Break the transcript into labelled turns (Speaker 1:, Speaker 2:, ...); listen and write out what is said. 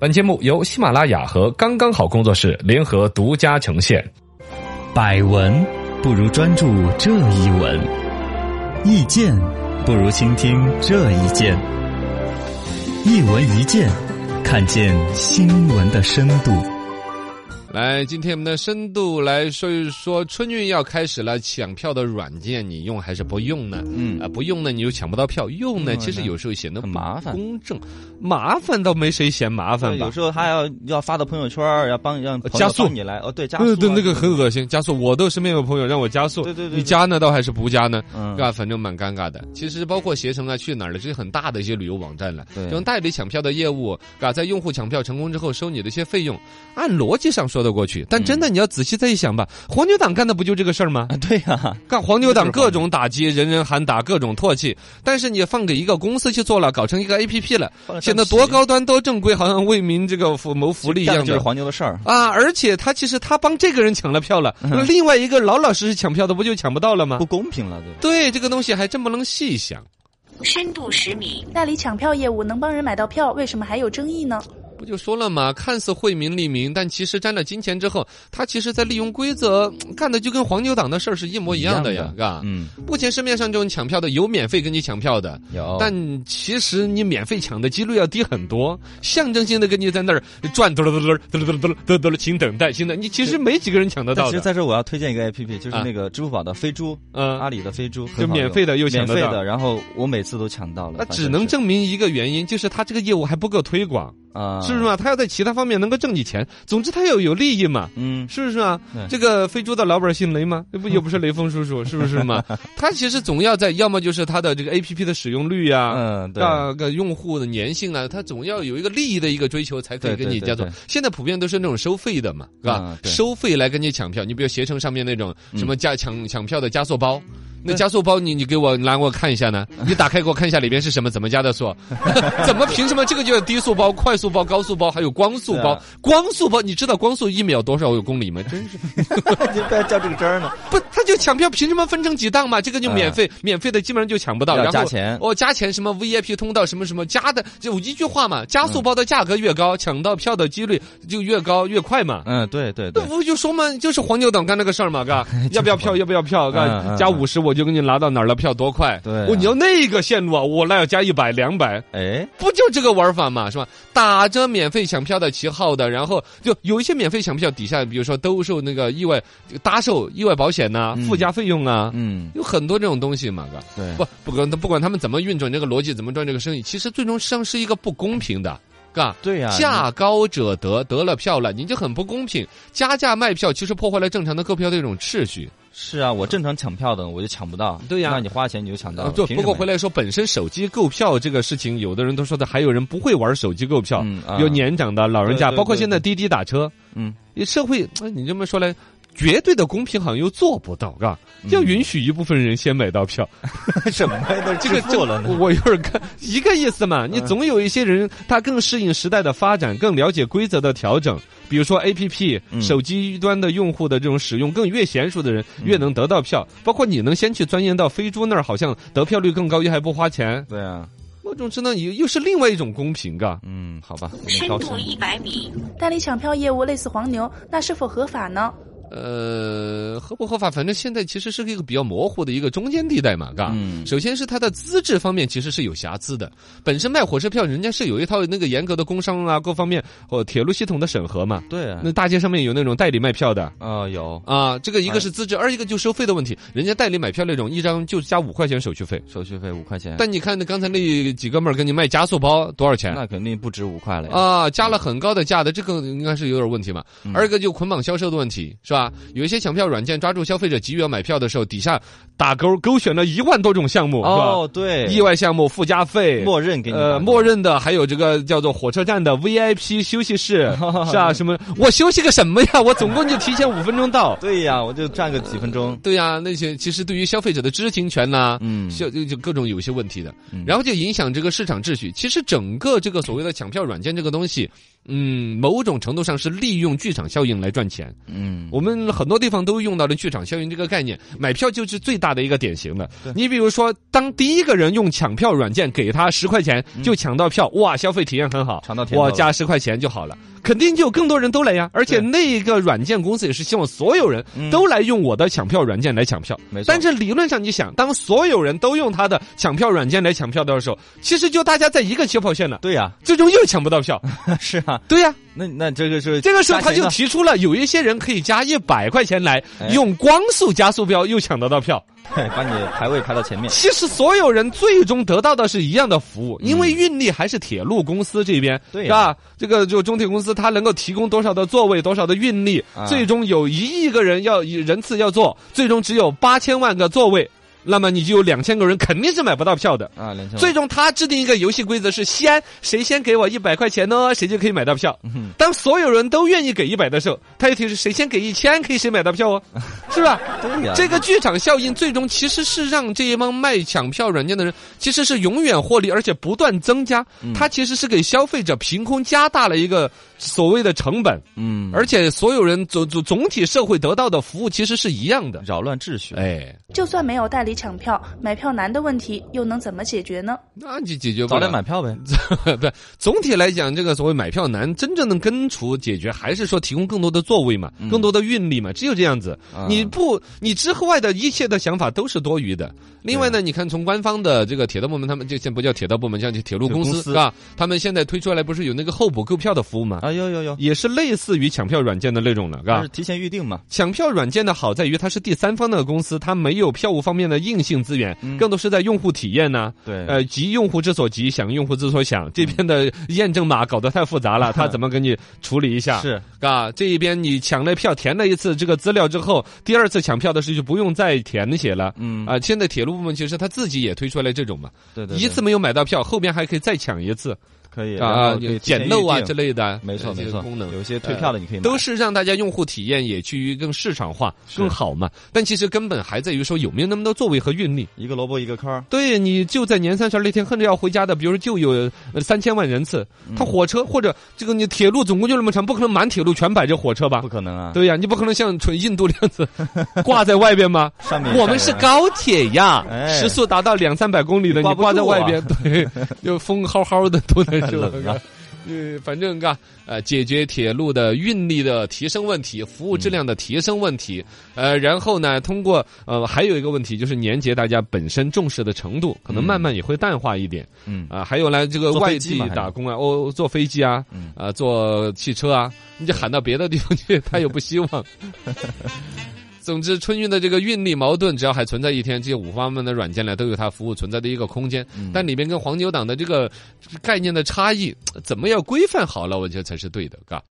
Speaker 1: 本节目由喜马拉雅和刚刚好工作室联合独家呈现。
Speaker 2: 百闻不如专注这一闻，意见不如倾听这一见。一闻一见，看见新闻的深度。
Speaker 3: 来，今天我们的深度来说一说，春运要开始了，抢票的软件你用还是不用呢？
Speaker 2: 嗯
Speaker 3: 啊、不用呢你就抢不到票，用呢其实有时候显得
Speaker 2: 很麻烦
Speaker 3: 不公正，麻烦倒没谁嫌麻烦吧
Speaker 4: 有？时候他要要发到朋友圈儿，要帮让朋友
Speaker 3: 加速
Speaker 4: 帮你来哦，对，加速
Speaker 3: 对
Speaker 4: 啊
Speaker 3: 对，那个很恶心，加速我都身边有朋友让我加速，
Speaker 4: 对对对对
Speaker 3: 你加呢倒还是不加呢？
Speaker 4: 嗯
Speaker 3: 啊，反正蛮尴尬的。其实包括携程啊、去哪儿了这些很大的一些旅游网站了，
Speaker 4: 对
Speaker 3: 这种代理抢票的业务，啊，在用户抢票成功之后收你的一些费用，按逻辑上说得过去，但真的你要仔细再一想吧，黄牛党干的不就这个事儿吗？
Speaker 4: 啊，嗯对呀，
Speaker 3: 干黄牛党各种打击，人人喊打，各种唾弃。但是你放给一个公司去做了，搞成一个 A P P 了，
Speaker 4: 放了
Speaker 3: 显得
Speaker 4: 上
Speaker 3: 多
Speaker 4: 旗
Speaker 3: 高端、多正规，好像为民这个福谋福利一
Speaker 4: 干的
Speaker 3: 样
Speaker 4: 就是
Speaker 3: 的。
Speaker 4: 黄牛的事儿。
Speaker 3: 啊！而且他其实他帮这个人抢了票了，那另外一个老老实实抢票的不就抢不到了吗
Speaker 4: 嗯不？公平了，对吧？
Speaker 3: 对，这个东西还真不能细想。
Speaker 5: 深度十米，
Speaker 6: 代理抢票业务能帮人买到票，为什么还有争议呢？
Speaker 3: 不就说了嘛，看似惠民利民，但其实沾了金钱之后，他其实在利用规则嗯干的就跟黄牛党的事儿是一模一样的呀，
Speaker 4: 一样
Speaker 3: 是吧？
Speaker 4: 嗯，
Speaker 3: 目前市面上这种抢票的有免费跟你抢票的，
Speaker 4: 有
Speaker 3: 但其实你免费抢的几率要低很多，象征性的跟你在那儿转嘟噜嘟噜嘟噜嘟噜嘟噜嘟噜，请等待，请等，你其实没几个人抢得
Speaker 4: 但
Speaker 3: 到
Speaker 4: 其实
Speaker 3: 的，
Speaker 4: 在这儿我要推荐一个 A P P，就是
Speaker 3: 啊
Speaker 4: 那个支付宝的飞猪，
Speaker 3: 嗯、
Speaker 4: 阿里的飞猪，很
Speaker 3: 就
Speaker 4: 好
Speaker 3: 免
Speaker 4: 用
Speaker 3: 费的又抢
Speaker 4: 免
Speaker 3: 得
Speaker 4: 费
Speaker 3: 到
Speaker 4: 的，。然后我每次都抢到了，
Speaker 3: 那
Speaker 4: 反正
Speaker 3: 只能
Speaker 4: 是
Speaker 3: 证明一个原因，就是他这个业务还不够推广，
Speaker 4: 啊，
Speaker 3: 是不是？嘛？他要在其他方面能够挣你钱，总之他要有利益嘛。
Speaker 4: 嗯，
Speaker 3: 是不是啊
Speaker 4: 对？
Speaker 3: 这个非洲的老板姓雷 吗？这不也不是雷锋叔叔，是不是嘛？他其实总要在，要么就是他的这个 A P P 的使用率啊。
Speaker 4: 嗯，对，
Speaker 3: 那个用户的粘性啊，他总要有一个利益的一个追求，才可以
Speaker 4: 对
Speaker 3: 跟你
Speaker 4: 对对
Speaker 3: 叫做
Speaker 4: 对。
Speaker 3: 现在普遍都是那种收费的嘛，是吧
Speaker 4: 嗯？对嗯
Speaker 3: 收费来跟你抢票，你比如携程上面那种什么加抢抢票的加速包，那
Speaker 4: 对
Speaker 3: 加速包你你给我拿我看一下呢，你打开给我看一下里边是什么，怎么加的 速？怎么凭什么这个就叫低速包、快速包、高速包，还有光速包
Speaker 4: 对啊？
Speaker 3: 光速包你知道光速一秒多少有公里吗？真是。
Speaker 4: 你不要较这个真儿呢，
Speaker 3: 不，他就抢票，凭什么分成几档嘛？这个就免费，免费的基本上就抢不到，
Speaker 4: 嗯要
Speaker 3: 然后
Speaker 4: 加钱
Speaker 3: 哦，加钱什么 VIP 通道什么什么加的，就一句话
Speaker 4: 嗯
Speaker 3: 嘛，加速包的价格越高，抢到票的几率就越高越快嘛。
Speaker 4: 嗯，对对
Speaker 3: 那
Speaker 4: 对，
Speaker 3: 不就说嘛，就是黄牛党干那个事儿嘛， 嘎，要不要票？要不要票？
Speaker 4: 嗯
Speaker 3: 嘎，
Speaker 4: 嗯
Speaker 3: 加
Speaker 4: 嗯
Speaker 3: 五十我就给你拿到哪儿了，票多快？
Speaker 4: 对啊
Speaker 3: 我你要那个线路啊，我那要加一百两百，
Speaker 4: 哎，
Speaker 3: 不就这个玩法嘛，是吧？打着免费抢票的旗号的，然后就有一些免费抢票底下，比如说兜售那个意外搭售意外保险呐、
Speaker 4: 嗯
Speaker 3: 附加费用啊。
Speaker 4: 嗯，
Speaker 3: 有很多这种东西嘛，哥，
Speaker 4: 对，
Speaker 3: 不不管不管他们怎么运转这个逻辑，怎么赚这个生意，其实最终实际上是一个不公平的，嘎。
Speaker 4: 对呀，
Speaker 3: 价高者得，得了票了，你就很不公平。加价卖票，其实破坏了正常的购票的一种秩序。
Speaker 4: 是啊，我正常抢票的我就抢不到，
Speaker 3: 对呀
Speaker 4: 那你花钱你就抢到
Speaker 3: 啊，
Speaker 4: 了，
Speaker 3: 就
Speaker 4: 凭
Speaker 3: 不
Speaker 4: 什
Speaker 3: 过
Speaker 4: 么
Speaker 3: 回
Speaker 4: 呀，
Speaker 3: 来说，本身手机购票这个事情，有的人都说的，还有人不会玩手机购票，
Speaker 4: 嗯啊
Speaker 3: 有年长的老人家，
Speaker 4: 对对
Speaker 3: 包括现在滴
Speaker 4: 对
Speaker 3: 滴打车，
Speaker 4: 嗯，
Speaker 3: 社会，哎你这么说来。绝对的公平好像又做不到，嘎，要允许一部分人先买到票，
Speaker 4: 嗯 什么呀？都
Speaker 3: 这个
Speaker 4: 致富了
Speaker 3: 这
Speaker 4: 呢？嗯
Speaker 3: 我有点看一个意思嘛。你总有一些人，他更适应时代的发展，更了解规则的调整。比如说 A P P、
Speaker 4: 嗯
Speaker 3: 手机端的用户的这种使用，更越娴熟的人
Speaker 4: 嗯
Speaker 3: 越能得到票。包括你能先去钻研到飞猪那儿，好像得票率更高，又还不花钱，
Speaker 4: 对啊，
Speaker 3: 某种程度又又是另外一种公平，嘎。
Speaker 4: 嗯，好吧，我
Speaker 5: 深
Speaker 4: 们高
Speaker 5: 度
Speaker 4: 兴。
Speaker 5: 一百米，
Speaker 6: 代理抢票业务类似黄牛，那是否合法呢？
Speaker 3: 呃，合不合法？反正现在其实是一个比较模糊的一个中间地带嘛，嘎。
Speaker 4: 嗯
Speaker 3: 首先是它的资质方面其实是有瑕疵的，本身卖火车票人家是有一套那个严格的工商啊各方面或、铁路系统的审核嘛。
Speaker 4: 对啊
Speaker 3: 那，大街上面有那种代理卖票的。
Speaker 4: 啊有
Speaker 3: 啊，这个一个是资质，二一个就收费的问题。人家代理买票那种，一张就加五块钱手续费。
Speaker 4: 手续费五块钱，
Speaker 3: 但你看那刚才那几哥们儿给你卖加速包多少钱？
Speaker 4: 那肯定不止五块了呀。
Speaker 3: 啊，加了很高的价的，这个应该是有点问题嘛。
Speaker 4: 嗯
Speaker 3: 二一个就捆绑销售的问题，是吧？有一些抢票软件抓住消费者急于要买票的时候，底下打勾勾选了一万多种项目，
Speaker 4: 哦，
Speaker 3: 是
Speaker 4: 对
Speaker 3: 吧？，意外项目、附加费。
Speaker 4: 默认给你
Speaker 3: 呃，
Speaker 4: 打
Speaker 3: 默认的还有这个叫做火车站的 VIP 休息 室，是啊，什么？我休息个什么呀？我总共就提前五分钟到。
Speaker 4: 对呀，我就站个几分钟。
Speaker 3: 对呀、那些其实对于消费者的知情权呐、
Speaker 4: 嗯
Speaker 3: 就就就各种有一些问题的
Speaker 4: 嗯，
Speaker 3: 然后就影响这个市场秩序。其实整个这个所谓的抢票软件这个东西，嗯，某种程度上是利用剧场效应来赚钱。
Speaker 4: 嗯，
Speaker 3: 我们很多地方都用到了剧场效应这个概念，买票就是最大的一个典型的。你比如说，当第一个人用抢票软件给他十块钱就抢到票，哇，消费体验很好，
Speaker 4: 尝嗯到甜头
Speaker 3: 我
Speaker 4: 了
Speaker 3: 加十块钱就好了，肯定就有更多人都来呀。而且
Speaker 4: 对
Speaker 3: 那个软件公司也是希望所有人
Speaker 4: 嗯
Speaker 3: 都来用我的抢票软件来抢票。
Speaker 4: 没错
Speaker 3: 但是理论上你想，当所有人都用他的抢票软件来抢票的时候，其实就大家在一个起跑线了，
Speaker 4: 对呀，
Speaker 3: 最终又抢不到票。
Speaker 4: 是啊，
Speaker 3: 对呀、
Speaker 4: 那那这个是
Speaker 3: 这个时候
Speaker 4: 加
Speaker 3: 他
Speaker 4: 钱
Speaker 3: 就
Speaker 4: 的
Speaker 3: 提出了，有一些人可以加一百块钱来
Speaker 4: 哎
Speaker 3: 用光速加速标，又抢得到票。
Speaker 4: 嘿把你排位排到前面，
Speaker 3: 其实所有人最终得到的是一样的服务，因为运力还是铁路公司这边，
Speaker 4: 嗯对
Speaker 3: 是
Speaker 4: 呀
Speaker 3: 吧？这个就中铁公司它能够提供多少的座位，多少的运力，
Speaker 4: 啊
Speaker 3: 最终有一亿个人要人次要坐，最终只有八千万个座位，那么你就有两千个人肯定是买不到票的。
Speaker 4: 啊，两千
Speaker 3: 最终他制定一个游戏规则是：先谁先给我一百块钱呢，谁就可以买到票。
Speaker 4: 嗯
Speaker 3: 当所有人都愿意给一百的时候，他又提出谁先给一千，可以谁买到票哦， 是吧？
Speaker 4: 对呀，
Speaker 3: 这个剧场效应最终其实是让这一帮卖抢票软件的人，其实是永远获利，而且不断增加。
Speaker 4: 嗯
Speaker 3: 它其实是给消费者凭空加大了一个所谓的成本，
Speaker 4: 嗯，
Speaker 3: 而且所有人总总总体社会得到的服务其实是一样的。
Speaker 4: 扰乱秩序，
Speaker 3: 哎，
Speaker 6: 就算没有代理抢票，买票难的问题又能怎么解决呢？
Speaker 3: 那就解决不
Speaker 4: 早
Speaker 3: 了。
Speaker 4: 点买票呗，
Speaker 3: 不，总体来讲，这个所谓买票难，真正的根除解决还是说提供更多的座位嘛，更多的运力嘛，只有这样子。
Speaker 4: 嗯啊
Speaker 3: 你不，你之后外的一切的想法都是多余的。另外呢，你看从官方的这个铁道部门，他们就现在不叫铁道部门，叫铁路公
Speaker 4: 铁路
Speaker 3: 司
Speaker 4: 公司
Speaker 3: 是吧？他们现在推出来不是有那个候补购票的服务吗？
Speaker 4: 啊，有有有，
Speaker 3: 也是类似于抢票软件的那种了，是
Speaker 4: 它
Speaker 3: 吧
Speaker 4: 啊是？提前预定嘛，
Speaker 3: 抢票软件的好在于它是第三方的公司，它没有票务方面的硬性资源，
Speaker 4: 嗯
Speaker 3: 更多是在用户体验呢、
Speaker 4: 对
Speaker 3: 呃，急用户之所急，想用户之所
Speaker 4: 嗯
Speaker 3: 想。这边的验证码搞得太复 杂了，他怎么给你处理一下？
Speaker 4: 是，
Speaker 3: 啊，这一边你抢了票，填了一次这个资料之后，第二次抢票的时候就不用再填写了。
Speaker 4: 嗯
Speaker 3: 啊、现在铁路部门其实他自己也推出来这种嘛，
Speaker 4: 对对，对
Speaker 3: 一次没有买到票，后边还可以再抢一次
Speaker 4: 可以然
Speaker 3: 啊
Speaker 4: 后可以，提前
Speaker 3: 捡漏啊
Speaker 4: 预定
Speaker 3: 之类的，
Speaker 4: 没错
Speaker 3: 呃这
Speaker 4: 没
Speaker 3: 个
Speaker 4: 错，
Speaker 3: 功能
Speaker 4: 有一些退票的你可以买，
Speaker 3: 都是让大家用户体验也趋于更市场化、更好嘛。但其实根本还在于说有没有那么多座位和运力。
Speaker 4: 一个萝卜一个坑儿，
Speaker 3: 对你就在年三十儿那天恨着要回家的，比如说就有呃三千万人次，
Speaker 4: 嗯
Speaker 3: 他火车或者这个你铁路总共就那么长，不可能满铁路全摆着火车吧
Speaker 4: 不？可能啊，
Speaker 3: 对呀，你不可能像纯印度那样 子挂在外边吗？
Speaker 4: 上面啊
Speaker 3: 我们是
Speaker 4: 上面
Speaker 3: 高铁呀，
Speaker 4: 哎
Speaker 3: 时速达到两三百公里的，
Speaker 4: 你
Speaker 3: 你挂
Speaker 4: 挂不
Speaker 3: 在
Speaker 4: 住
Speaker 3: 外
Speaker 4: 啊
Speaker 3: 边， 对，就风齁齁的多难受
Speaker 4: 冷啊。
Speaker 3: 呃，反正嘎，呃，解决铁路的运力的提升问题，服
Speaker 4: 嗯
Speaker 3: 务质量的提升问题，呃，然后呢，通过呃，还有一个问题就是年节大家本身重视的程度，可能慢慢也会淡化一点。
Speaker 4: 嗯
Speaker 3: 啊，还有呢，这个
Speaker 4: 坐
Speaker 3: 外
Speaker 4: 飞机
Speaker 3: 地
Speaker 4: 嘛还
Speaker 3: 打工啊，哦，坐飞机啊，
Speaker 4: 嗯
Speaker 3: 啊，坐汽车啊，你就喊到别的地方去，他也不希望。 总之，春运的这个运力矛盾，只要还存在一天，这些五花八门的软件呢，都有它服务存在的一个空间。
Speaker 4: 嗯
Speaker 3: 但里面跟黄牛党的这个概念的差异，怎么要规范好了，我觉得才是对的，嘎。